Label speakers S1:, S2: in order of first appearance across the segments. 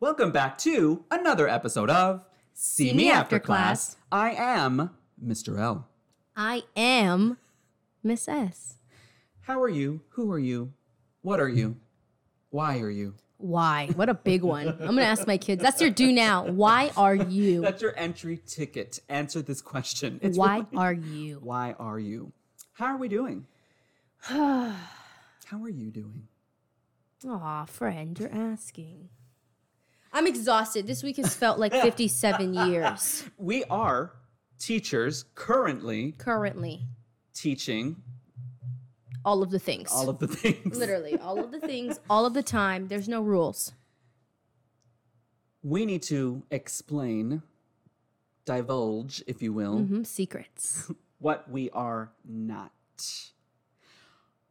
S1: Welcome back to another episode of See, Me After class. I am Mr. L.
S2: I am Miss S.
S1: How are you? Who are you? What are you? Why are you?
S2: Why? What a big one. I'm going to ask my kids. That's your do now. Why are you?
S1: That's your entry ticket. Answer this question. It's
S2: Why
S1: really-
S2: are you?
S1: Why are you? How are we doing? How are you doing?
S2: Aw, friend, you're asking. I'm exhausted. This week has felt like 57 years
S1: We are teachers currently
S2: currently.
S1: teaching
S2: All of the things.
S1: all of the things.
S2: Literally, all of the things, all of the time. There's no rules.
S1: We need to explain, divulge, if you will,
S2: hmm Secrets.
S1: what we are not.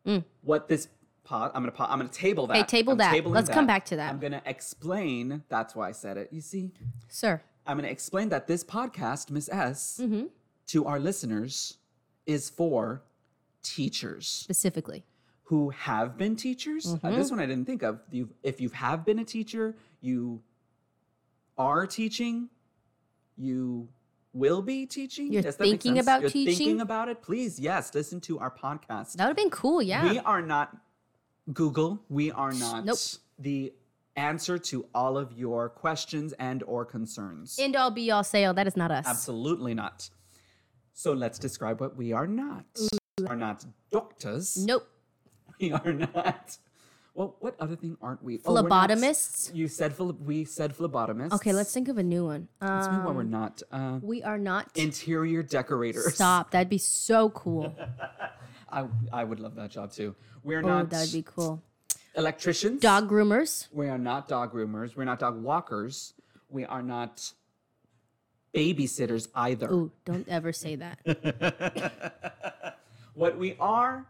S2: Mm.
S1: What this pod, I'm gonna po- I'm gonna table that.
S2: Hey, table
S1: I'm
S2: that.
S1: tabling
S2: Let's come back to that.
S1: I'm gonna explain. That's why I said it. You see,
S2: Sir.
S1: I'm gonna explain that this podcast, Miss S,
S2: hmm
S1: to our listeners, is for teachers
S2: Specifically.
S1: who have been teachers. Uh,
S2: Mm-hmm.
S1: this one I didn't think of. You, if you have been a teacher, you are teaching. You will be teaching.
S2: You're
S1: Yes, that makes
S2: thinking
S1: sense.
S2: about
S1: You're
S2: teaching?
S1: Thinking about it, please. Yes, listen to our podcast.
S2: That would have been cool, yeah.
S1: We are not Google. We are not
S2: Nope.
S1: the answer to all of your questions and or concerns.
S2: End all be all say all. That is not us.
S1: Absolutely not. So let's describe what we are not. We are not doctors.
S2: Nope.
S1: We are not. Well, what other thing aren't we? Oh, we're not-
S2: Phlebotomists.
S1: you said phil- we said phlebotomist.
S2: Okay, let's think of a new one.
S1: Let's see what we're
S2: Um,
S1: not. Uh,
S2: we are not.
S1: interior decorators.
S2: Stop. That'd be so cool.
S1: I I would love that job too. We're
S2: oh,
S1: not
S2: that'd be cool.
S1: electricians.
S2: Dog groomers.
S1: We are not dog groomers. We're not dog walkers. We are not babysitters either.
S2: Ooh, don't ever say that.
S1: What we are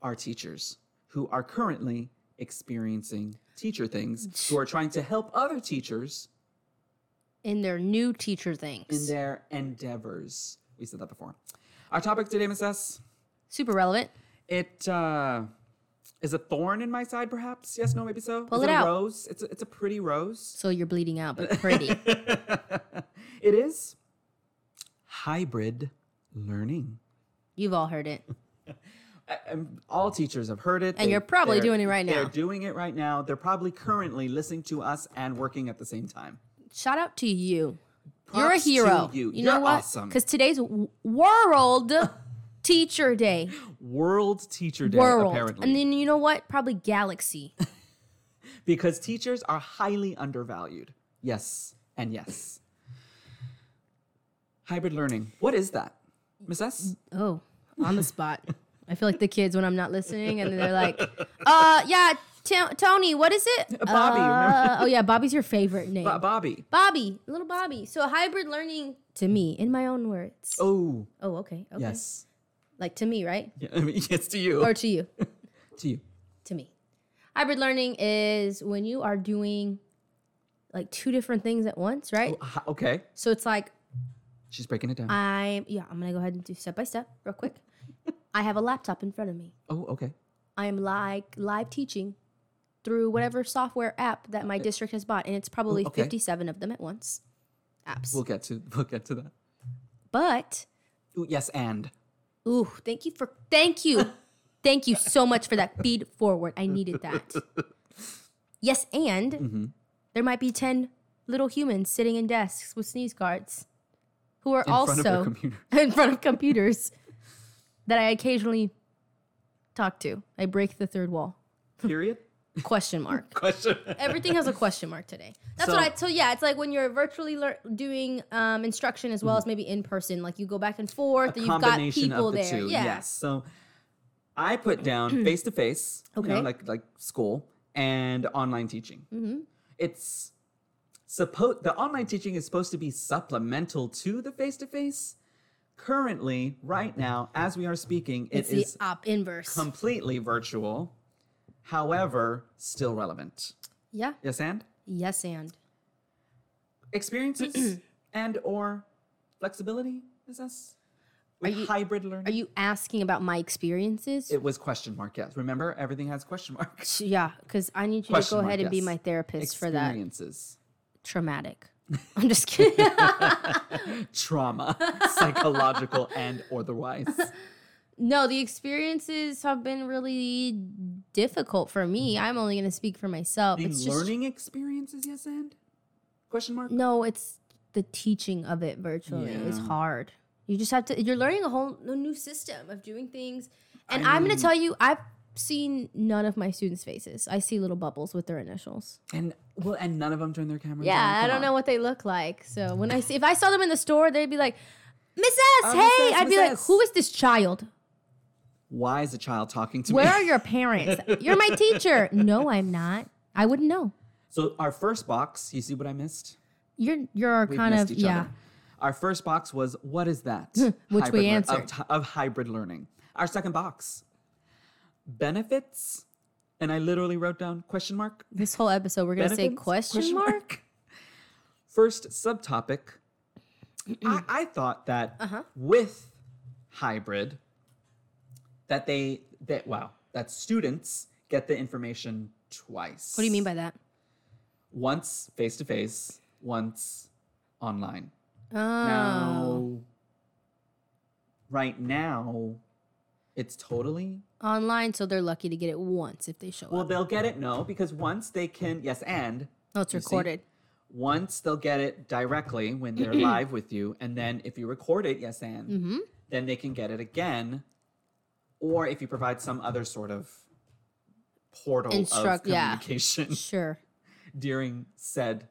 S1: are teachers who are currently experiencing teacher things, who are trying to help other teachers
S2: In their new teacher
S1: in
S2: things.
S1: their endeavors. We said that before. Our topic today, Miss S,
S2: Super relevant.
S1: it uh, is a thorn in my side, perhaps. Yes, no, maybe so.
S2: Pull
S1: is
S2: it
S1: a
S2: out.
S1: Rose. It's a, it's a pretty rose.
S2: So you're bleeding out, but pretty.
S1: It is hybrid learning.
S2: You've all heard it.
S1: Um, all teachers have heard it.
S2: And you're probably
S1: they're-
S2: doing it right
S1: They're
S2: now.
S1: doing it right now. They're probably currently listening to us and working at the same time.
S2: Shout out to you. you're a
S1: Props to
S2: hero.
S1: you.
S2: know
S1: You're
S2: what?
S1: awesome.
S2: Because today's w- World Teacher Day.
S1: World Teacher Day,
S2: World.
S1: apparently.
S2: And then you know what? Probably Galaxy.
S1: because teachers are highly undervalued. Yes, and yes. Hybrid learning. What is that? Miss S?
S2: Oh, on the spot. I feel like the kids when I'm not listening, and they're like, "Uh, yeah, T- Tony, what is it?
S1: Bobby, remember?
S2: Uh, oh yeah, Bobby's your favorite name.
S1: Bo- Bobby.
S2: Bobby, little Bobby. So hybrid learning to me, in my own words. Oh,
S1: Oh,
S2: okay, okay.
S1: yes.
S2: Like to me, right?
S1: Yeah, I mean, yes, to you.
S2: Or to you?
S1: to you.
S2: to me. Hybrid learning is when you are doing like two different things at once, right?
S1: Hi- Okay.
S2: So it's like
S1: She's breaking it down.
S2: I yeah, I'm gonna go ahead and do step by step real quick. I have a laptop in front of me.
S1: oh, okay.
S2: I am like live teaching through whatever software app that my district has bought, and it's probably
S1: okay.
S2: 57 of them at once. Apps.
S1: We'll get to we'll get to that.
S2: but
S1: Ooh, yes, and
S2: ooh, thank you for thank you. thank you so much for that feed forward. I needed that. Yes, and
S1: Mm-hmm.
S2: there might be 10 little humans sitting in desks with sneeze guards who are
S1: in front of her
S2: also
S1: computer.
S2: in front of computers that I occasionally talk to. I break the third wall.
S1: Period.
S2: Question mark.
S1: Question.
S2: Everything has a question mark today. That's
S1: So-
S2: what I. So yeah, it's like when you're virtually lear- doing um, instruction as well as maybe in person. Like you go back and forth. or you've got
S1: Mm-hmm. combination
S2: people
S1: of the
S2: there.
S1: two.
S2: yeah.
S1: Yes. So I put down face to face, you know,
S2: Okay.
S1: like like school and online teaching.
S2: Mhm.
S1: It's supposed the online teaching is supposed to be supplemental to the face to face. Currently, right now, as we are speaking, it
S2: It's
S1: is
S2: the op inverse.
S1: completely virtual. However, still relevant.
S2: yeah.
S1: Yes, and
S2: Yes, and
S1: experiences and or flexibility is this with
S2: you-
S1: hybrid learning.
S2: are you asking about my experiences?
S1: It was question mark, yes. Remember, everything has question marks.
S2: yeah, because I need you to
S1: Question
S2: go
S1: mark,
S2: ahead and be
S1: yes.
S2: my therapist for that.
S1: Experiences.
S2: traumatic. I'm just kidding.
S1: Trauma, psychological and otherwise.
S2: no, the experiences have been really difficult for me.
S1: Mm-hmm.
S2: I'm only going to speak for myself.
S1: In
S2: It's just Mm.
S1: learning experiences, yes, and question mark.
S2: no, it's the teaching of it virtually. It's
S1: Yeah.
S2: hard. You just have to. You're learning a whole a new system of doing things. And I'm going to tell you, I've seen none of my students' faces. I see little bubbles with their initials.
S1: And well, and none of them turn their cameras. on.
S2: Yeah, I
S1: Come
S2: don't
S1: on.
S2: know what they look like. So when I see, if I saw them in the store, they'd be like, "Miss S,
S1: Oh,
S2: hey!"
S1: Miss S,
S2: I'd be
S1: Miss
S2: like,
S1: S.
S2: "Who is this child?
S1: Why is a child talking to
S2: Where
S1: me?
S2: are your parents? You're my teacher." No, I'm not. I wouldn't know.
S1: So our first box, you see what I missed?
S2: You're you're
S1: We
S2: kind
S1: missed
S2: of
S1: each
S2: yeah.
S1: other. Our first box was what is that?
S2: we
S1: Hybrid lear-
S2: answered.
S1: of, t- of hybrid learning. Our second box, benefits, and I literally wrote down question mark.
S2: This whole episode, we're gonna say
S1: Benefits?
S2: question, mark.
S1: First subtopic. I, I thought that
S2: Uh-huh.
S1: with hybrid, that they that wow that students get the information twice.
S2: What do you mean by that?
S1: once face to face, once online?
S2: Oh,
S1: Now, right now, it's totally.
S2: Oh, online, so they're lucky to get it once if they show
S1: Well,
S2: up.
S1: they'll get it, no, because once they can, yes, and
S2: Oh, it's
S1: you see?
S2: recorded.
S1: once they'll get it directly when they're live with you. And then if you record it, yes, and
S2: Mm-hmm.
S1: then they can get it again. Or if you provide some other sort of portal of
S2: Instruct- yeah.
S1: communication
S2: Sure.
S1: during said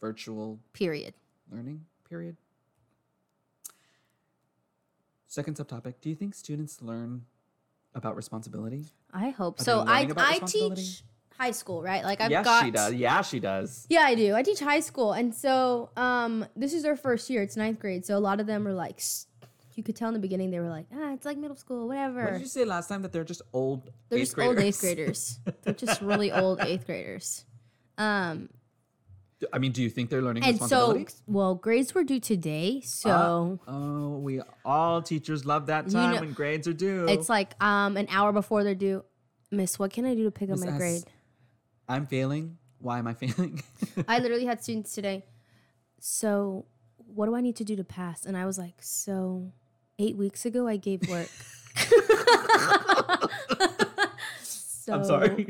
S1: virtual
S2: Period.
S1: learning period. Second subtopic Do you think students learn about responsibility?
S2: I hope
S1: Are
S2: so.
S1: they learning
S2: I
S1: about
S2: I
S1: responsibility?
S2: teach high school, right? Like I've
S1: yes,
S2: got
S1: she does. Yeah, she does.
S2: Yeah, I do. I teach high school, and so um, this is their first year. It's ninth grade, so a lot of them are like, s- you could tell in the beginning they were like, ah, it's like middle school,
S1: What
S2: whatever.
S1: did you say last time that they're just old
S2: They're
S1: eighth
S2: just
S1: graders?
S2: old eighth graders. They're just really old eighth graders. Um,
S1: I mean, do you think they're learning
S2: and so,
S1: responsibility?
S2: well, grades were due today, so
S1: oh, we all teachers love that
S2: You
S1: time
S2: know-
S1: when grades are due.
S2: it's like um an hour before they're due. Miss, what can I do to pick up
S1: Miss
S2: my
S1: S.
S2: grade?
S1: I'm failing. Why am I failing?
S2: I literally had students today. So, what do I need to do to pass? And I was like, so eight weeks ago I gave work. so,
S1: I'm sorry.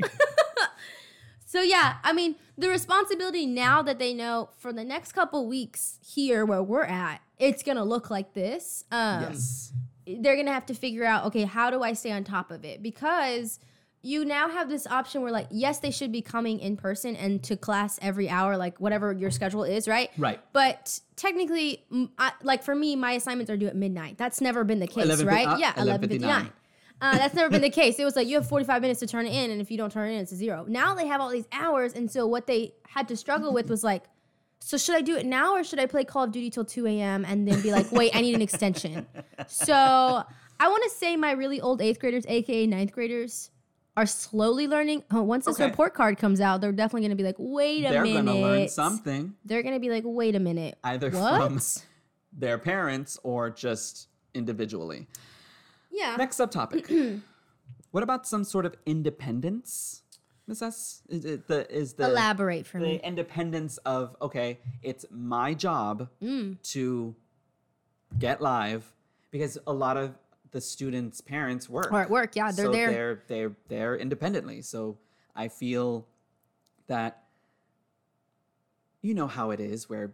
S2: So yeah, I mean, the responsibility now that they know for the next couple weeks here where we're at, it's gonna look like this. Um,
S1: yes.
S2: they're gonna have to figure out okay how do i stay on top of it because you now have this option where like yes they should be coming in person and to class every hour like whatever your schedule is right
S1: Right.
S2: but technically m I like for me my assignments are due at midnight that's never been the case
S1: 11
S2: right
S1: uh,
S2: yeah
S1: 11:59.
S2: 11.59 uh, that's never been the case. It was like you have 45 minutes to turn it in, and if you don't turn it in, it's a zero. Now they have all these hours, and so what they had to struggle with was like, so should I do it now or should I play Call of Duty till 2 a.m. and then be like, wait, I need an extension? So I want to say my really old eighth graders, aka ninth graders, are slowly learning. Oh, once this
S1: Okay.
S2: report card comes out, they're definitely going to be like, wait a
S1: They're
S2: minute.
S1: gonna learn something
S2: They're going to be like, wait a minute.
S1: either from
S2: What?
S1: their parents or just individually.
S2: Yeah.
S1: Next subtopic. what about some sort of independence, Miss S? Is it the is the
S2: Elaborate for me.
S1: the independence of okay, it's my job
S2: Mm.
S1: to get live because a lot of the students' parents work.
S2: Or at work, yeah, they're
S1: so
S2: there.
S1: They're they're they're independently. So I feel that you know how it is where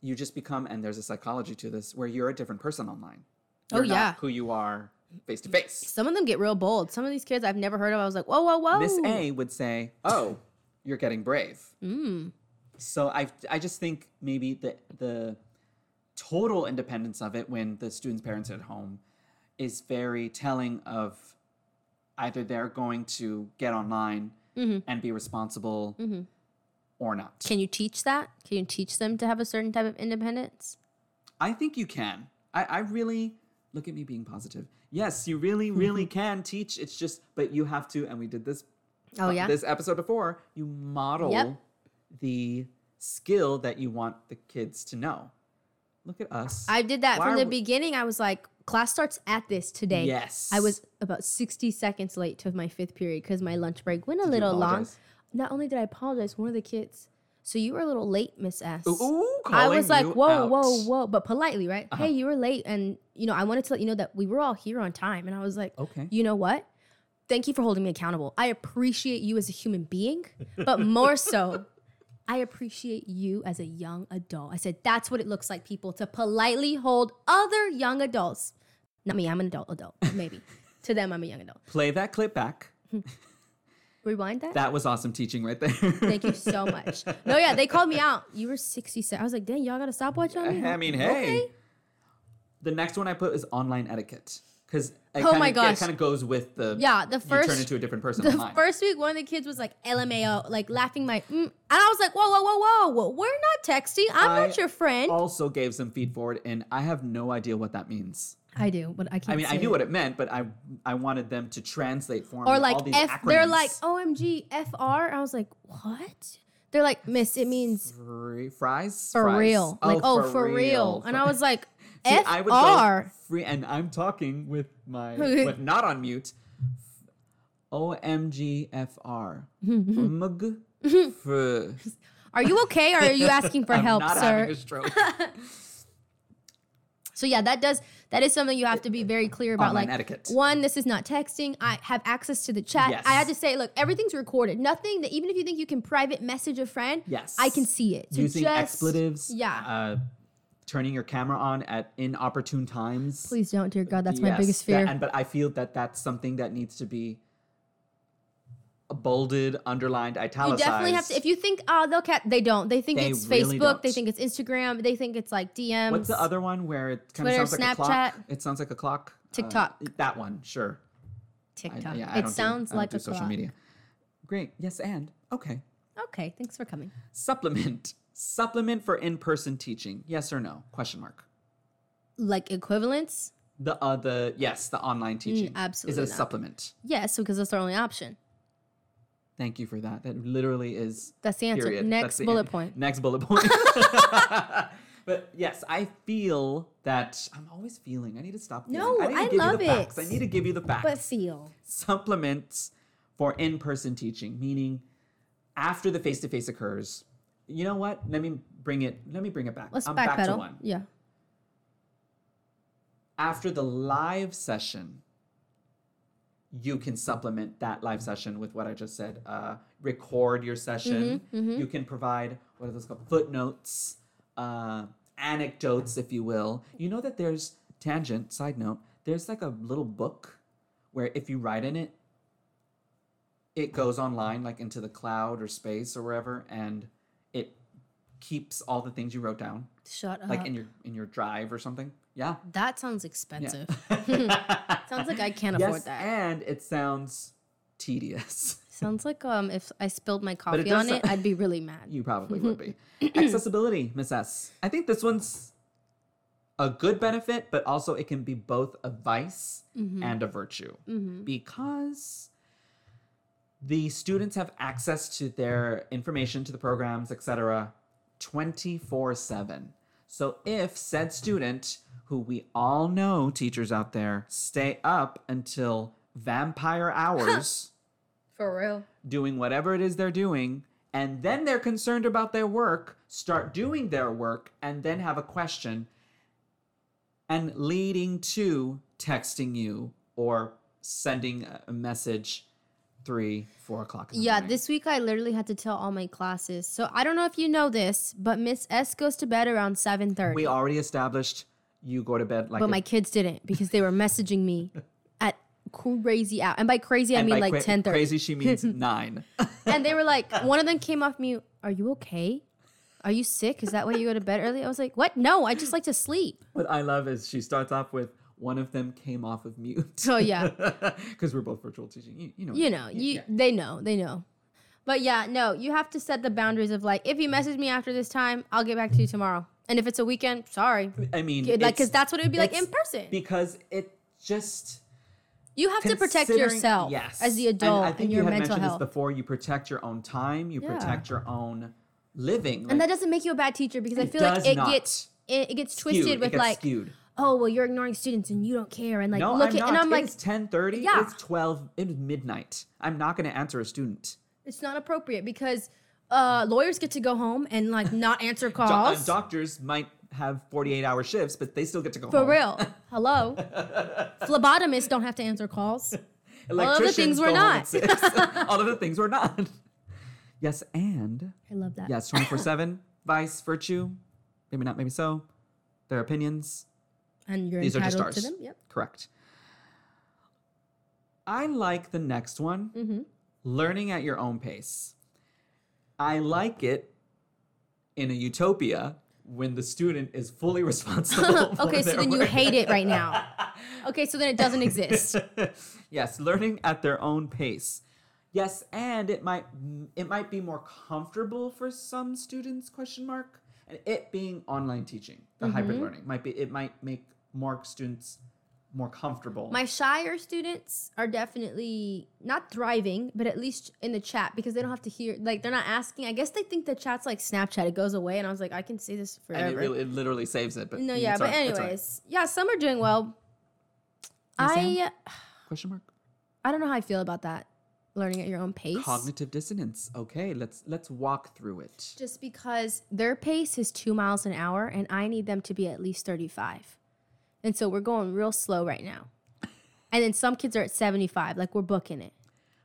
S1: you just become and there's a psychology to this where you're a different person online.
S2: Oh,
S1: You're not
S2: yeah.
S1: who you are face to face.
S2: Some of them get real bold. Some of these kids I've never heard of. I was like, whoa, whoa, whoa.
S1: Miss A would say, "Oh, you're getting brave."
S2: Mm,
S1: So I I just think maybe the the total independence of it when the students' parents are at home is very telling of either they're going to get online and be responsible or not.
S2: mm-hmm. Can you teach that? Can you teach them to have a certain type of independence?
S1: I think you can. I, I really look at me being positive. Yes, you really,
S2: Mm-hmm.
S1: really can teach. It's just, but you have to, and we did this.
S2: Oh,
S1: uh,
S2: yeah?
S1: This episode before you model
S2: Yep.
S1: the skill that you want the kids to know. Look at us.
S2: I did that
S1: Why
S2: from
S1: are
S2: the
S1: we-
S2: beginning. I was like, class starts at this today.
S1: Yes.
S2: I was about 60 seconds late to my fifth period because my lunch break went a little long.
S1: apologize?
S2: Not only did I apologize, one of the kids, So you were a little late, Miss S.
S1: Ooh,
S2: I was
S1: calling
S2: like,
S1: you
S2: whoa,
S1: out. Uh-huh.
S2: whoa, whoa, but politely, right? Hey, you were late. And, you know, I wanted to let you know that we were all here on time. And I was like,
S1: Okay.
S2: you know what? Thank you for holding me accountable. I appreciate you as a human being, but more so, I appreciate you as a young adult. I said, that's what it looks like, people, to politely hold other young adults. Not me, I'm an adult, adult, maybe. to them, I'm a young adult.
S1: Play that clip back.
S2: Rewind that.
S1: That was awesome teaching right there.
S2: Thank you so much. No, yeah, they called me out. You were 67. I was like, dang, y'all got a stopwatch on me?
S1: I mean, hey.
S2: Okay.
S1: The next one I put is online etiquette because
S2: Oh my gosh.
S1: it kind of goes with the
S2: Yeah, the
S1: you turn
S2: first
S1: into a different person
S2: the
S1: online.
S2: first week, one of the kids was like LMAO, like laughing my, mm. and I was like, whoa, whoa, whoa, whoa, we're not texting. I'm
S1: I
S2: not your friend.
S1: also gave some feed forward, and I have no idea what that means.
S2: I do, but I can't.
S1: I mean, I
S2: say
S1: knew what it meant, but I I wanted them to translate for me.
S2: Or
S1: all
S2: like
S1: these
S2: F, they're
S1: acronyms.
S2: like OMG FR. I was like, what? They're like, Miss, it means
S1: Fri- fries
S2: for
S1: Fries.
S2: real. Like, oh, for, real. And I was like,
S1: See,
S2: FR.
S1: I would go free, and I'm talking with my with not on mute. OMGFR. Mug. fr-
S2: Are you okay? Or are you asking for
S1: I'm
S2: help,
S1: not
S2: sir?
S1: having a stroke.
S2: So yeah, that does that is something you have to be very clear about.
S1: Online
S2: like
S1: etiquette.
S2: one, this is not texting. I have access to the chat.
S1: Yes.
S2: I had to say, look, everything's recorded. Nothing that even if you think you can private message a friend,
S1: Yes.
S2: I can see it. So
S1: Using
S2: just-
S1: expletives.
S2: yeah.
S1: Uh, turning your camera on at inopportune times.
S2: Please don't, dear God. That's my
S1: Yes,
S2: biggest
S1: that-
S2: fear.
S1: and but I feel that that's something that needs to be bolded, underlined,
S2: you
S1: italicized.
S2: definitely have to. If you think, oh, they'll catch, they don't. They think
S1: They
S2: it's
S1: really
S2: Facebook. They
S1: don't.
S2: think it's Instagram. They think it's like DMs.
S1: What's the other one where it kind
S2: Twitter,
S1: of sounds like a clock?
S2: Snapchat?
S1: It sounds like a clock. Uh,
S2: TikTok.
S1: that one, sure. I-
S2: TikTok?
S1: yeah, I
S2: it
S1: don't do-
S2: sounds
S1: I don't
S2: like
S1: do
S2: a
S1: social
S2: clock.
S1: media. Great. Yes, and okay.
S2: Okay, thanks for coming.
S1: Supplement. Supplement for in-person teaching. Yes or no? Question mark.
S2: Like equivalence?
S1: The uh, the yes, the online teaching. Is it
S2: Mm, absolutely
S1: a
S2: not.
S1: supplement?
S2: Yes, because that's our only option.
S1: Thank you for that. That literally is
S2: That's the answer.
S1: Period.
S2: Next
S1: That's the
S2: bullet
S1: end.
S2: point.
S1: Next bullet point. but yes, I feel that I'm always feeling. I need to stop. feeling.
S2: No,
S1: I, need to
S2: I
S1: give you the
S2: love it.
S1: facts. I need to give you the facts.
S2: But feel.
S1: Supplements for in-person teaching, meaning after the face-to-face occurs. You know what? Let me bring it. Let me bring it back.
S2: Let's
S1: I'm
S2: backpedal.
S1: back to one
S2: Yeah.
S1: after the live session, you can supplement that live session with what I just said. Uh, record your session. You can provide what are those called? Footnotes, uh, anecdotes, if you will. You know that there's tangent. Side note: there's like a little book where if you write in it, it goes online, like into the cloud or space or wherever, and it keeps all the things you wrote down,
S2: Shut up.
S1: like in your in your drive or something. Yeah.
S2: that sounds expensive. sounds like I can't
S1: Yes,
S2: afford that.
S1: and it sounds tedious.
S2: Sounds like um if I spilled my
S1: it
S2: coffee
S1: does
S2: on it,
S1: sou-
S2: I'd be really mad.
S1: you probably would be. Accessibility, Miss S. I think this one's a good benefit, but also it can be both a vice
S2: Mm-hmm.
S1: and a virtue because the students have access to their information, to the programs, etc., 24 7. So if said student, who we all know, teachers out there, stay up until vampire hours.
S2: For real.
S1: doing whatever it is they're doing, and then they're concerned about their work, start doing their work, and then have a question, and leading to texting you or sending a- a message three, four o'clock. In the
S2: Yeah,
S1: morning.
S2: this week I literally had to tell all my classes. So I don't know if you know this, but Miss S goes to bed around seven thirty.
S1: we already established. You go to bed like
S2: but
S1: a-
S2: my kids didn't because they were messaging me at crazy hour. And by crazy I
S1: and
S2: mean
S1: by
S2: like
S1: cra-
S2: ten thirty.
S1: Crazy, she means nine.
S2: and they were like, one of them came off mute. Are you okay? Are you sick? Is that why you go to bed early? I was like, what? No, I just like to sleep.
S1: what I love is she starts off with one of them came off of mute
S2: So Oh, yeah,
S1: because we're both virtual teaching. You, you know,
S2: you know, you they know, they know. But yeah, no, you have to set the boundaries of like, if you message me after this time, I'll get back to you tomorrow. And if it's a weekend, sorry,
S1: I mean,
S2: Good, like
S1: it's-
S2: because that's what it would be like in
S1: it's
S2: person.
S1: because it just
S2: you have to protect
S1: considering-
S2: yourself
S1: yes.
S2: as the
S1: And
S2: adult and,
S1: I think
S2: your
S1: you had
S2: mental
S1: mentioned
S2: health,
S1: this before. You protect your own time. You
S2: Yeah.
S1: protect your own living.
S2: and
S1: Like,
S2: that doesn't make you a bad teacher because I
S1: It
S2: feel like
S1: does
S2: it
S1: not.
S2: gets it, it gets
S1: skewed.
S2: twisted
S1: It
S2: with
S1: gets
S2: like,
S1: skewed.
S2: oh well, you're ignoring students and you don't care, and like
S1: No,
S2: look
S1: I'm
S2: at
S1: not.
S2: and I'm like,
S1: it's ten thirty.
S2: Yeah.
S1: It's twelve. It is midnight. I'm not going to answer a student.
S2: It's not appropriate because uh, lawyers get to go home and like not answer
S1: Do- uh,
S2: calls.
S1: doctors might have 48 hour shifts, but they still get to go
S2: For
S1: home.
S2: real. Hello. Phlebotomists don't have to answer calls. all of the
S1: Electricians
S2: things we're
S1: go home at
S2: not.
S1: six. all of the things we're not. Yes, and
S2: I love that.
S1: yes, 24 7, vice, virtue, maybe not, maybe so, their opinions.
S2: And you're
S1: These are just ours.
S2: entitled to them. Yep.
S1: Correct. I like the next one
S2: Mm-hmm.
S1: learning at your own pace. I like it in a utopia when the student is fully responsible. for
S2: okay, so
S1: their
S2: then you
S1: work.
S2: hate it right now. Okay, so then it doesn't exist.
S1: yes, learning at their own pace. Yes, and it might it might be more comfortable for some students question mark and it being online teaching, the hybrid
S2: Mm-hmm.
S1: learning might be it might make more students more comfortable.
S2: My shyer students are definitely not thriving, but at least in the chat because they don't have to hear, like, they're not asking. I guess they think the chat's like Snapchat, it goes away. And I was like, I can say this forever.
S1: and it, really, it literally saves it, but
S2: no,
S1: it's
S2: yeah, but,
S1: all right, it's all right.
S2: anyways, yeah, some are doing well.
S1: Yes, Anne?
S2: I
S1: question mark
S2: I don't know how I feel about that. Learning at your own pace.
S1: cognitive dissonance. Okay, let's let's walk through it.
S2: just because their pace is two miles an hour and I need them to be at least 35. And so we're going real slow right now. And then some kids are at 75, like we're booking it.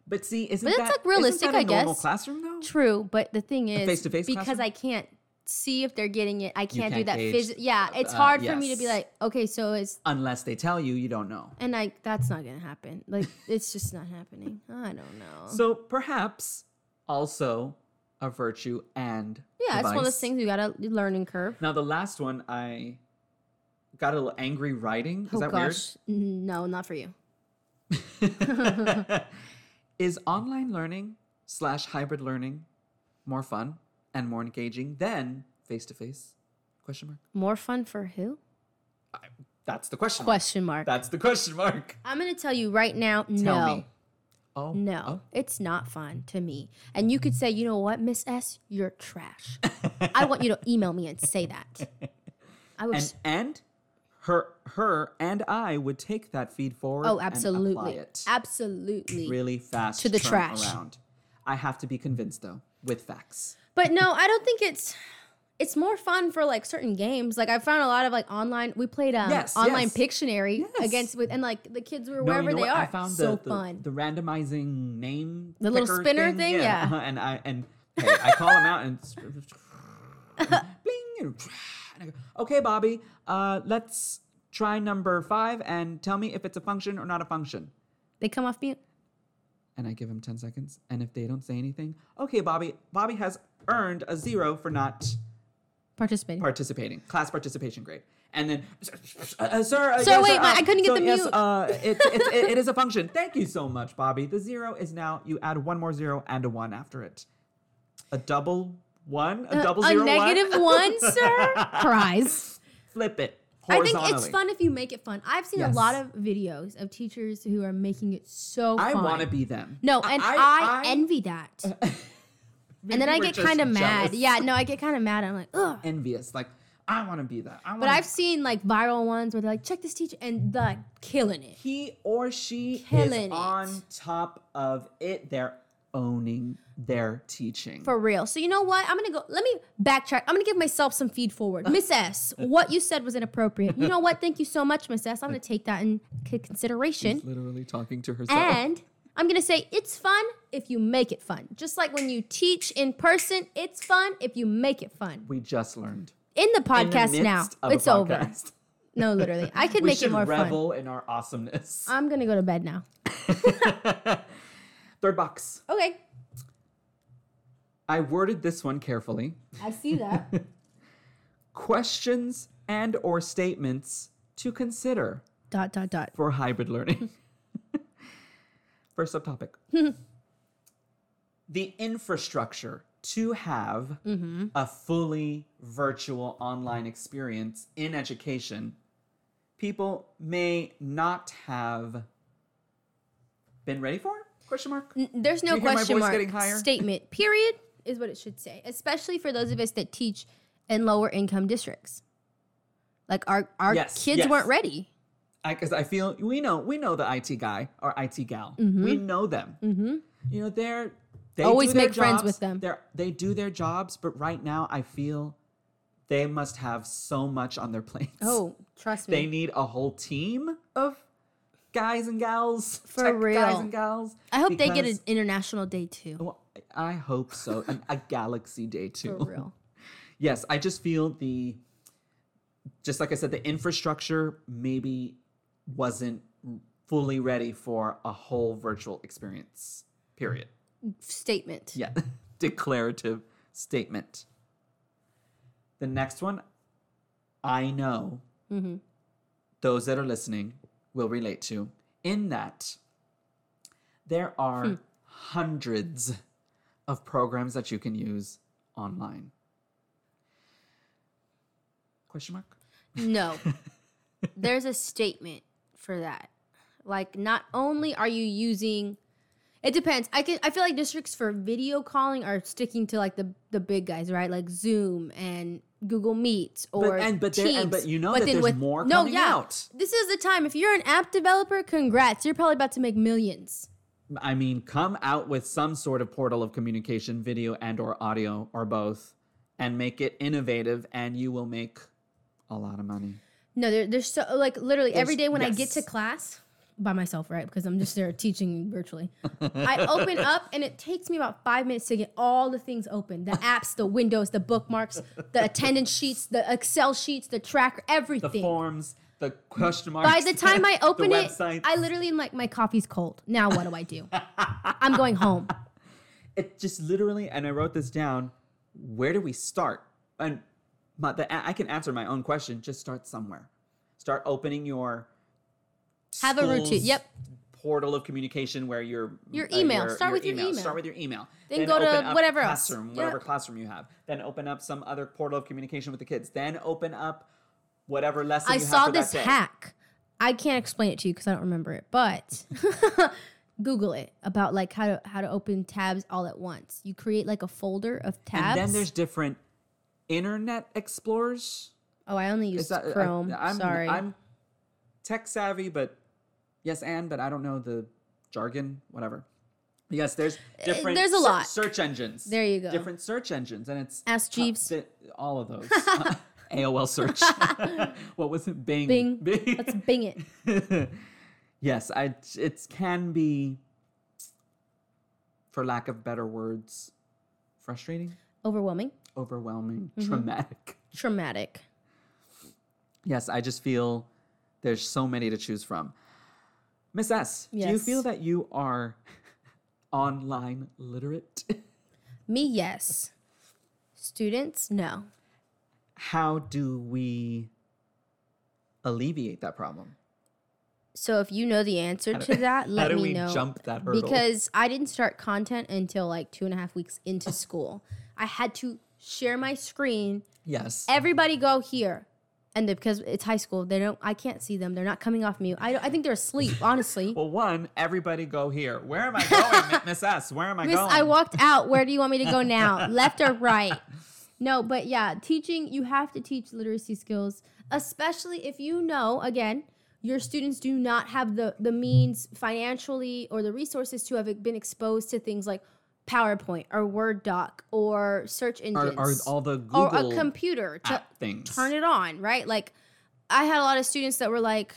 S1: But see, isn't
S2: But it's,
S1: that
S2: like,
S1: isn't
S2: realistic,
S1: that a
S2: I
S1: normal
S2: guess.
S1: classroom though?
S2: True, but the thing is,
S1: face-to-face
S2: because
S1: classroom?
S2: I can't see if they're getting it, I can't, do
S1: can't
S2: that.
S1: gauge,
S2: Phys- yeah, it's
S1: uh,
S2: hard for me to be
S1: yes.
S2: like, okay, so it's,
S1: Unless they tell you, you don't know.
S2: and I, that's not gonna happen. Like, it's just not happening. I don't know.
S1: So perhaps also a virtue and
S2: yeah, it's one of
S1: device.
S2: those things you got a learning curve.
S1: Now the last one I got a little angry writing. Is
S2: oh
S1: that
S2: gosh, N- no, not for you.
S1: weird? Is online learning slash hybrid learning more fun and more engaging than face to face? Question mark.
S2: More fun for who?
S1: That's the question. mark.
S2: Question mark.
S1: That's the question mark.
S2: I'm gonna tell you right now,
S1: Tell
S2: no.
S1: me. Oh
S2: No,
S1: oh.
S2: it's not fun to me. And you could say, you know what, Miss S, you're trash. I want you to email me and say that. I wish.
S1: and and her her and I would take that feed forward.
S2: oh,
S1: and apply
S2: absolutely,
S1: it
S2: absolutely.
S1: really fast
S2: To the
S1: turn
S2: trash.
S1: Around. I have to be convinced though with facts.
S2: But no, I don't think it's. It's more fun for like certain games. Like I found a lot of like online. We played um,
S1: Yes,
S2: online
S1: yes.
S2: Pictionary
S1: Yes.
S2: against with and like the kids were
S1: No,
S2: wherever
S1: you know
S2: they
S1: what?
S2: are.
S1: I found
S2: so
S1: the, the,
S2: fun.
S1: the randomizing name,
S2: The little
S1: picker
S2: spinner thing? Yeah.
S1: uh-huh, and I and hey, I call him out and, it's- bling, and I go, okay, Bobby, uh, let's try number five and tell me if it's a function or not a function.
S2: they come off mute.
S1: And I give him ten seconds, and if they don't say anything, okay, Bobby, Bobby has earned a zero for not
S2: Participating.
S1: participating, class participation grade. And then, uh, uh, sir, uh,
S2: Sir,
S1: yes,
S2: wait,
S1: uh,
S2: my- I couldn't get
S1: so,
S2: the
S1: yes,
S2: mute.
S1: Uh, it's it's it, it is a function. Thank you so much, Bobby. The zero is now, you add one more zero and a one after it. A double one? A double
S2: Uh, a
S1: zero one?
S2: negative one, sir. Cries.
S1: Flip it
S2: I think
S1: horizontally.
S2: it's fun if you make it fun. I've seen
S1: Yes.
S2: a lot of videos of teachers who are making it so
S1: I
S2: fun.
S1: want to be them.
S2: No, and I, envy that. and then I
S1: we're
S2: get
S1: just
S2: kind of mad.
S1: jealous.
S2: Yeah, no, I get kind of mad. I'm like, ugh.
S1: Envious. Like, I want to be that. I wanna,
S2: But I've seen like viral ones where they're like, check this teacher, and the killing it.
S1: He or she
S2: Killing
S1: is
S2: it.
S1: on top of it. They're owning their teaching.
S2: For real. So you know what? I'm gonna go. Let me backtrack. I'm gonna give myself some feed forward. Miss S, what you said was inappropriate. You know what? Thank you so much, Miss S. I'm gonna take that in c- consideration.
S1: literally talking to herself.
S2: And I'm gonna say it's fun if you make it fun. Just like when you teach in person, it's fun if you make it fun.
S1: We just learned.
S2: In the
S1: In the
S2: podcast
S1: midst
S2: now,
S1: of a
S2: it's over.
S1: podcast.
S2: No, literally, I could
S1: We
S2: make it
S1: should
S2: more fun. Uh,
S1: revel in our awesomeness.
S2: I'm gonna go to bed now.
S1: Third box.
S2: Okay,
S1: I worded this one carefully.
S2: I see that.
S1: Questions and or statements to consider
S2: dot dot dot.
S1: for hybrid learning. First subtopic. the infrastructure to have a fully virtual online experience in education, people may not have been ready for? Question mark.
S2: N- There's no
S1: You hear my
S2: question
S1: voice
S2: mark.
S1: getting higher?
S2: Statement. Period is what it should say, especially for those of us that teach in lower income districts. Like our our
S1: Yes,
S2: kids
S1: yes.
S2: weren't ready.
S1: because I, feel we know we know the IT guy or IT gal. We know them. You know they're They
S2: Mm-hmm. Always
S1: do their
S2: make friends
S1: jobs.
S2: with them.
S1: They're, they do their jobs, but right now I feel they must have so much on their plates.
S2: Oh, trust me.
S1: They need a whole team of guys and gals.
S2: For
S1: tech
S2: real.
S1: Guys and gals.
S2: I hope they get an
S1: because-
S2: international day too.
S1: Well, I hope so. An, a galaxy day too.
S2: For real.
S1: Yes, I just feel the, just like I said, the infrastructure maybe wasn't fully ready for a whole virtual experience. Period.
S2: Statement.
S1: Yeah, declarative statement. The next one, I know
S2: Mhm.
S1: those that are listening will relate to, in that there are hundreds of programs that you can use online. Question mark?
S2: No. There's a statement for that. Like not only are you using it depends. I can I feel like districts for video calling are sticking to like the the big guys, right? Like Zoom and Google Meet or
S1: and- but there- and-
S2: Teams.
S1: but you know that
S2: then
S1: there's more coming out.
S2: This is the time. If you're an app developer, congrats. You're probably about to make millions.
S1: I mean, come out with some sort of portal of communication, video and or audio or both, and make it innovative and you will make a lot of money.
S2: No, there, there's so like literally every
S1: There's-
S2: day when I get to
S1: yes.
S2: class by myself, right? Because I'm just there teaching virtually. I open up and it takes me about five minutes to get all the things open: the apps, the windows, the bookmarks, the attendance sheets, the Excel sheets, the tracker,
S1: The
S2: everything.
S1: forms, the question marks.
S2: by the time I
S1: the
S2: open it,
S1: websites.
S2: I literally am like, my coffee's cold. Now what do I do? I'm going home.
S1: it just literally and i wrote this down where do we start and my, the, i can answer my own question just start somewhere start opening your
S2: Have a routine.
S1: school's
S2: yep.
S1: portal of communication where uh, your
S2: Your email. Start with your email.
S1: start with your email
S2: Then go to
S1: open up
S2: whatever else.
S1: classroom
S2: Yep.
S1: whatever classroom you have then open up some other portal of communication with the kids then open up whatever lesson
S2: I
S1: you have
S2: saw
S1: for
S2: this
S1: that day.
S2: hack. I can't explain it to you because I don't remember it, but Google it about like how to how to open tabs all at once. You create like a folder of
S1: and
S2: tabs.
S1: then there's different internet explorers
S2: oh, I only
S1: Is
S2: use
S1: that- I-
S2: Chrome.
S1: I'm,
S2: Sorry.
S1: I'm tech savvy, but yes, and but I don't know the jargon, whatever. Yes, there's different.
S2: Uh, there's a
S1: ser-
S2: lot.
S1: Search engines.
S2: There you go.
S1: Different search engines, and it's
S2: Ask
S1: t-
S2: Jeeves.
S1: th- all of those. AOL search. what was it? Bing.
S2: Bing. Let's bing it.
S1: yes, I. It can be, for lack of better words, frustrating,
S2: Overwhelming.
S1: overwhelming,
S2: Mm-hmm.
S1: traumatic.
S2: Traumatic.
S1: Yes, I just feel there's so many to choose from. Miss S, do you
S2: Yes.
S1: feel that you are online literate?
S2: Me, yes. Students, no.
S1: How do we alleviate that problem?
S2: So if you know the answer to that, let
S1: How do
S2: me
S1: we
S2: know.
S1: jump that hurdle?
S2: because I didn't start content until like two and a half weeks into school. I had to share my screen
S1: yes,
S2: everybody go here and they- because it's high school they don't i can't see them they're not coming off mute i, don't, I think they're asleep honestly
S1: Well, one, everybody go here. Where am I going, Mi- Miss S? Where am I
S2: miss
S1: going?
S2: i walked out where do you want me to go now left or right no but yeah teaching you have to teach literacy skills especially if you know again your students do not have the the means financially or the resources to have been exposed to things like powerpoint or word doc or search
S1: are,
S2: engines
S1: are all the
S2: or
S1: Google
S2: a computer to,
S1: app things?
S2: turn it on, right? Like I had a lot of students that were like,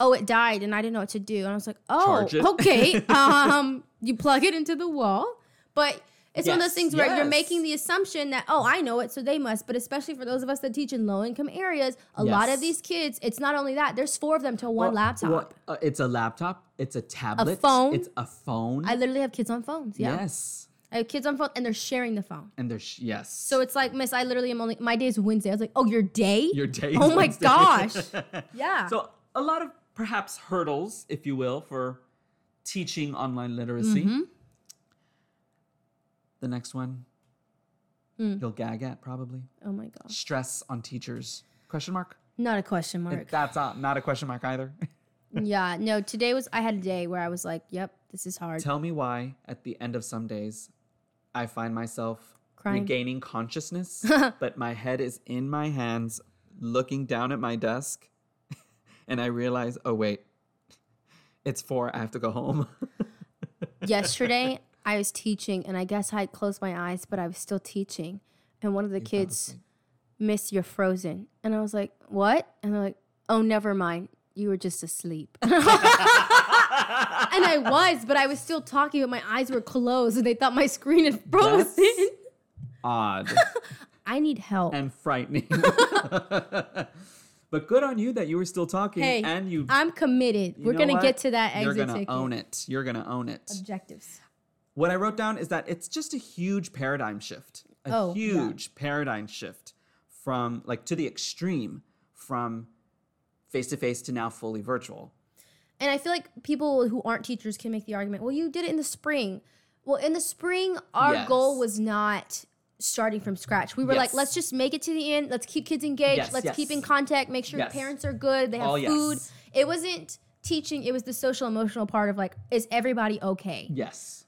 S2: "Oh, it died," and I didn't know what to do. And I was like, "Oh,
S1: Charge it."
S2: okay." um, you plug it into the wall, but it's one of
S1: Yes,
S2: those things where you're
S1: yes.
S2: making the assumption that, "Oh, I know it, so they must." But especially for those of us that teach in low-income areas, a lot
S1: Yes.
S2: of these kids, it's not only that. There's four of them to one
S1: Well,
S2: laptop.
S1: well, uh, it's a laptop. It's a tablet.
S2: phone.
S1: It's a phone.
S2: I literally have kids on phones. Yeah,
S1: Yes,
S2: I have kids on phone, and they're sharing the phone.
S1: and there's yes.
S2: So it's like, Miss, I literally am only my day's Wednesday. I was like, "Oh, your day?
S1: your day.
S2: oh
S1: is
S2: my
S1: Wednesday.
S2: gosh! Yeah.
S1: So a lot of perhaps hurdles, if you will, for teaching online literacy.
S2: Mm-hmm.
S1: The next one
S2: Hmm.
S1: you'll gag at probably
S2: oh my gosh!
S1: stress on teachers. Question mark?
S2: Not a question mark.
S1: That's not, not a question mark either.
S2: Yeah, no, today was I had a day where I was like, yep, this is hard.
S1: Tell me why at the end of some days I find myself
S2: Crying.
S1: regaining consciousness, but my head is in my hands looking down at my desk and I realize, oh wait, it's 4, I have to go home.
S2: Yesterday, I was teaching, and I guess I had closed my eyes, but I was still teaching. And one of the kids, Miss, you're frozen. And I was like, What? And they're like, Oh, never mind. You were just asleep. and I was, but I was still talking, but my eyes were closed, and they thought my screen had frozen.
S1: That's odd
S2: I need help.
S1: and frightening. but good on you that you were still talking
S2: Hey,
S1: and you.
S2: I'm committed.
S1: you
S2: We're
S1: know
S2: gonna
S1: what?
S2: get to that
S1: You're
S2: exit
S1: gonna
S2: ticket.
S1: own it. You're gonna own it.
S2: Objectives.
S1: What I wrote down is that it's just a huge paradigm shift. A
S2: Oh, yeah.
S1: huge paradigm shift from like to the extreme from face to face to now fully virtual.
S2: And I feel like people who aren't teachers can make the argument, well, you did it in the spring. Well, in the spring, our
S1: Yes.
S2: goal was not starting from scratch. We were like,
S1: Yes.
S2: let's just make it to the end. Let's keep kids engaged.
S1: Yes,
S2: let's
S1: yes.
S2: keep in contact. Make sure
S1: Yes.
S2: parents are good. They have
S1: All yes.
S2: food. It wasn't teaching, it was the social emotional part of like, is everybody okay?
S1: Yes.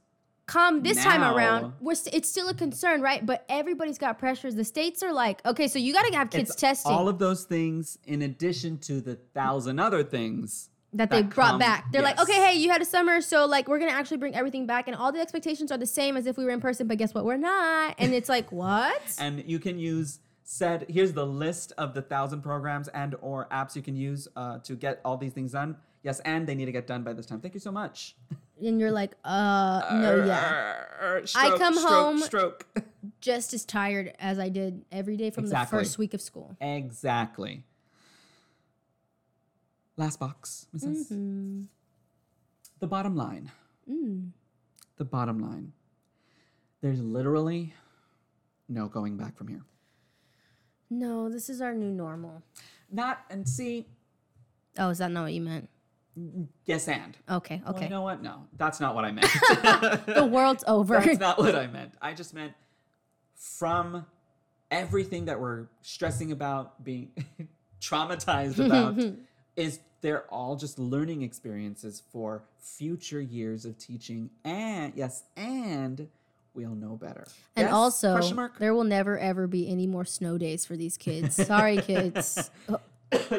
S2: come this time
S1: Now-
S2: around we're st- it's still a concern right but everybody's got pressures the states are like okay so you got to have kids
S1: It's
S2: testing
S1: All of those things in addition to the thousand other things
S2: that they
S1: that
S2: brought
S1: come-
S2: back they're like
S1: um, yes.
S2: okay hey you had a summer so like we're gonna actually bring everything back and all the expectations are the same as if we were in person but guess what we're not and it's like what
S1: and you can use said here's the list of the thousand programs and or apps you can use uh, to get all these things done yes and they need to get done by this time thank you so much
S2: and you're like uh no yeah
S1: Stroke,
S2: come
S1: stroke,
S2: home-
S1: stroke
S2: just as tired as i did every day from
S1: Exactly.
S2: the first week of school
S1: exactly last box missus
S2: Mhm.
S1: the bottom line
S2: Mm.
S1: the bottom line there's literally no going back from here
S2: no this is our new normal
S1: not and see
S2: oh is that not what you meant
S1: yes and
S2: okay
S1: Well,
S2: okay
S1: you know what Oh, no that's not what i meant
S2: the world's over
S1: That's not what I meant. I just meant from everything that we're stressing about, being traumatized about,
S2: Mm-hmm.
S1: is they're all just learning experiences for future years of teaching. And yes, and we'll know better.
S2: And
S1: Yes?
S2: also,
S1: question mark.
S2: there will never ever be any more snow days for these kids. Sorry, kids. Oh,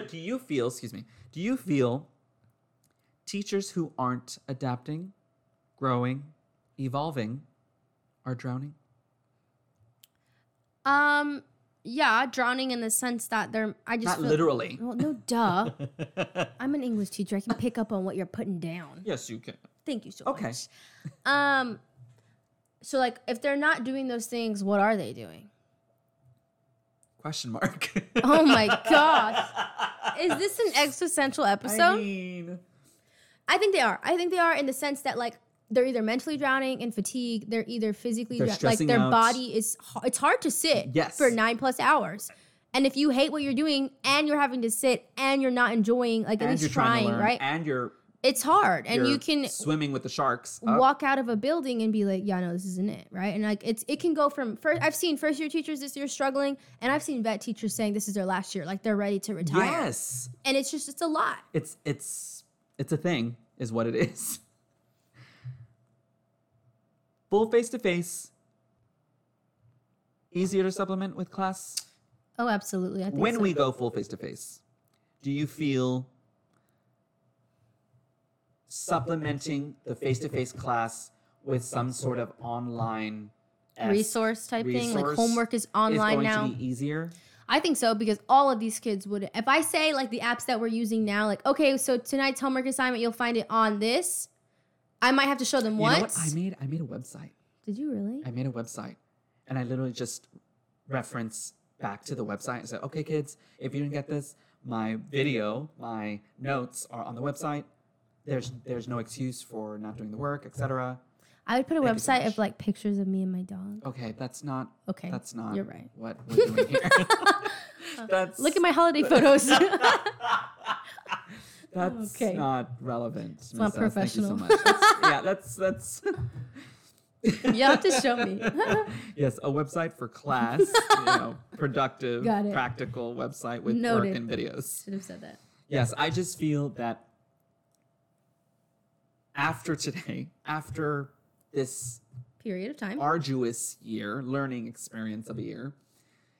S1: do you feel, excuse me, do you feel teachers who aren't adapting, growing, evolving are drowning?
S2: um, yeah, drowning in the sense that they're. I just
S1: Not
S2: feel- Mm.
S1: literally.
S2: Well, no, duh. I'm an English teacher. I can pick up on what you're putting down.
S1: Yes, you can.
S2: Thank you so
S1: Okay.
S2: much. Um, so like, if they're not doing those things, what are they doing?
S1: Question mark.
S2: Oh my gosh. Is this an existential episode?
S1: I mean,
S2: I think they are. I think they are in the sense that like they're either mentally drowning and fatigue. They're either physically
S1: They're
S2: dra- like
S1: stressing
S2: their
S1: out.
S2: body is. h- It's hard to sit
S1: Yes.
S2: for nine plus hours. And if you hate what you're doing and you're having to sit and you're not enjoying, like at
S1: and you're
S2: least
S1: trying,
S2: trying,
S1: to learn,
S2: right?
S1: and you're
S2: it's hard, and
S1: you're
S2: you can
S1: swimming with the sharks. Oh,
S2: walk out of a building and be like, "Yeah, no, this isn't it," right? And like it's it can go from first. I've seen first year teachers this year struggling, and I've seen vet teachers saying this is their last year, like they're ready to retire,
S1: yes,
S2: and it's just it's a lot.
S1: it's it's it's a thing, is what it is. Full face to face. Easier to supplement with class
S2: Oh, absolutely. I think
S1: when
S2: so.
S1: we go full face to face. Do you feel supplementing the face to face class with some sort of online
S2: resource type thing. Like
S1: resource
S2: homework is
S1: is
S2: online
S1: going
S2: now.
S1: to be easier?
S2: I think so because all of these kids would. If I say like the apps that we're using now, like okay, so tonight's homework assignment, you'll find it on this. I might have to show them
S1: You know
S2: once.
S1: what? I made I made a website.
S2: Did you really?
S1: I made a website, and I literally just reference back to the website and said, "Okay, kids, if you didn't get this, my video, my notes are on the website. There's there's no excuse for not doing the work, etc."
S2: I would put a
S1: Thank you so
S2: website
S1: much.
S2: of like pictures of me and my dog.
S1: Okay, that's not
S2: Okay,
S1: that's not
S2: You're right.
S1: what we're doing here. that's
S2: Look at my holiday photos.
S1: that's
S2: okay.
S1: not relevant. It's
S2: not professional.
S1: Thank you so much. That's- yeah, that's that's
S2: You'll have to show me.
S1: yes, a website for class, you know, productive,
S2: Got it.
S1: practical website with
S2: Noted.
S1: work and videos.
S2: Should have said that.
S1: Yes, I just feel that after today, after this
S2: Period of time.
S1: arduous year, learning experience
S2: Mm-hmm.
S1: of a year,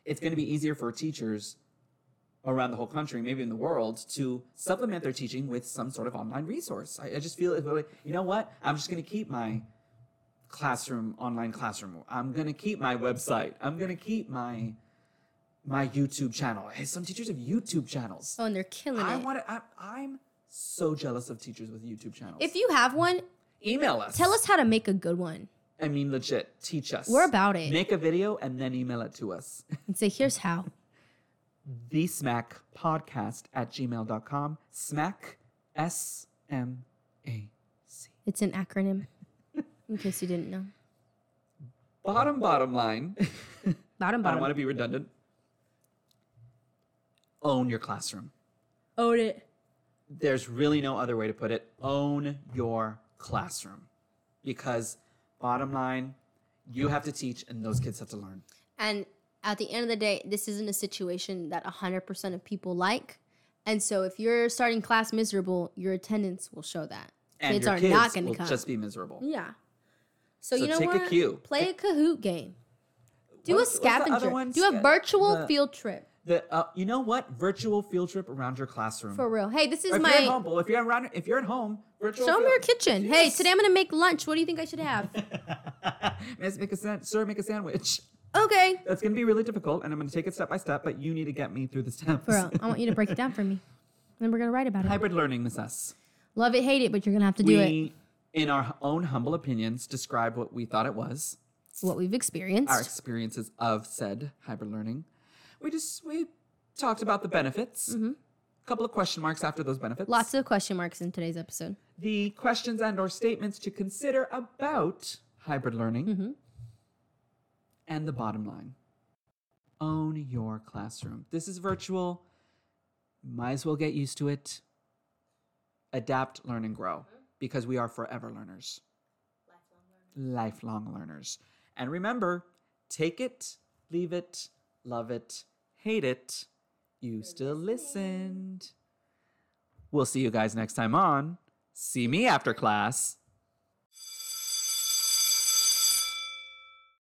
S1: it's going to be easier for teachers around the whole country, maybe in the world, to supplement their teaching with some sort of online resource. I, I just feel, it- you know what? I'm just going to keep my classroom, online classroom. I'm gonna keep my website. I'm gonna keep my my YouTube channel. Hey, some teachers have YouTube channels.
S2: Oh, and they're killing
S1: I
S2: it.
S1: want to. I'm so jealous of teachers with YouTube channels.
S2: if you have one,
S1: email us,
S2: tell us how to make a good one
S1: I mean, legit, teach us.
S2: We're about it.
S1: Make a video and then email it to us.
S2: and say, here's how.
S1: the smack podcast at gmail.com smack s-m-a-c
S2: It's an acronym, in case you didn't know.
S1: bottom bottom line
S2: Bottom,
S1: i don't
S2: bottom.
S1: want to be redundant own your classroom
S2: Own it.
S1: there's really no other way to put it own your classroom because bottom line you have to teach and those kids have to learn
S2: And at the end of the day, this isn't a situation that 100% of people like. And so if you're starting class miserable, your attendance will show that.
S1: and
S2: kids
S1: your
S2: are
S1: kids
S2: not going to
S1: will
S2: come.
S1: just be miserable
S2: yeah. So,
S1: So
S2: you know
S1: take a
S2: what?
S1: cue.
S2: Play a Kahoot game. Do
S1: What's- what's
S2: a
S1: the other
S2: scavenger.
S1: one?
S2: Do a
S1: Sca-
S2: virtual
S1: the-
S2: field trip.
S1: the uh, you know what virtual field trip around your classroom
S2: For real. Hey, this is
S1: Or if
S2: my
S1: you're at home, well, if you're around, if you're at home, virtual.
S2: Show them
S1: field-
S2: your kitchen. Hey, today I'm gonna make lunch. What do you think I should have?
S1: Miss, make a san- sir, make a sandwich.
S2: okay.
S1: That's gonna be really difficult, and I'm gonna take it step by step. But you need to get me through the steps.
S2: Bro, I want you to break it down for me. Then we're gonna write about it.
S1: Hybrid learning, Miss S.
S2: Love it, hate it, but you're gonna have to do
S1: We, in our own humble opinions, describe what we thought it was,
S2: it. What we've experienced.
S1: our experiences of said hybrid learning. We just we talked about the benefits. A couple of question marks after those benefits.
S2: Mm-hmm. Lots of question marks in today's episode.
S1: the questions and or statements to consider about hybrid learning and the bottom line own your classroom this is virtual might as well get used to it adapt learn and grow because we are forever learners Mm-hmm. lifelong learners and remember take it leave it love it hate it you still listened we'll see you guys next time on See Me After Class.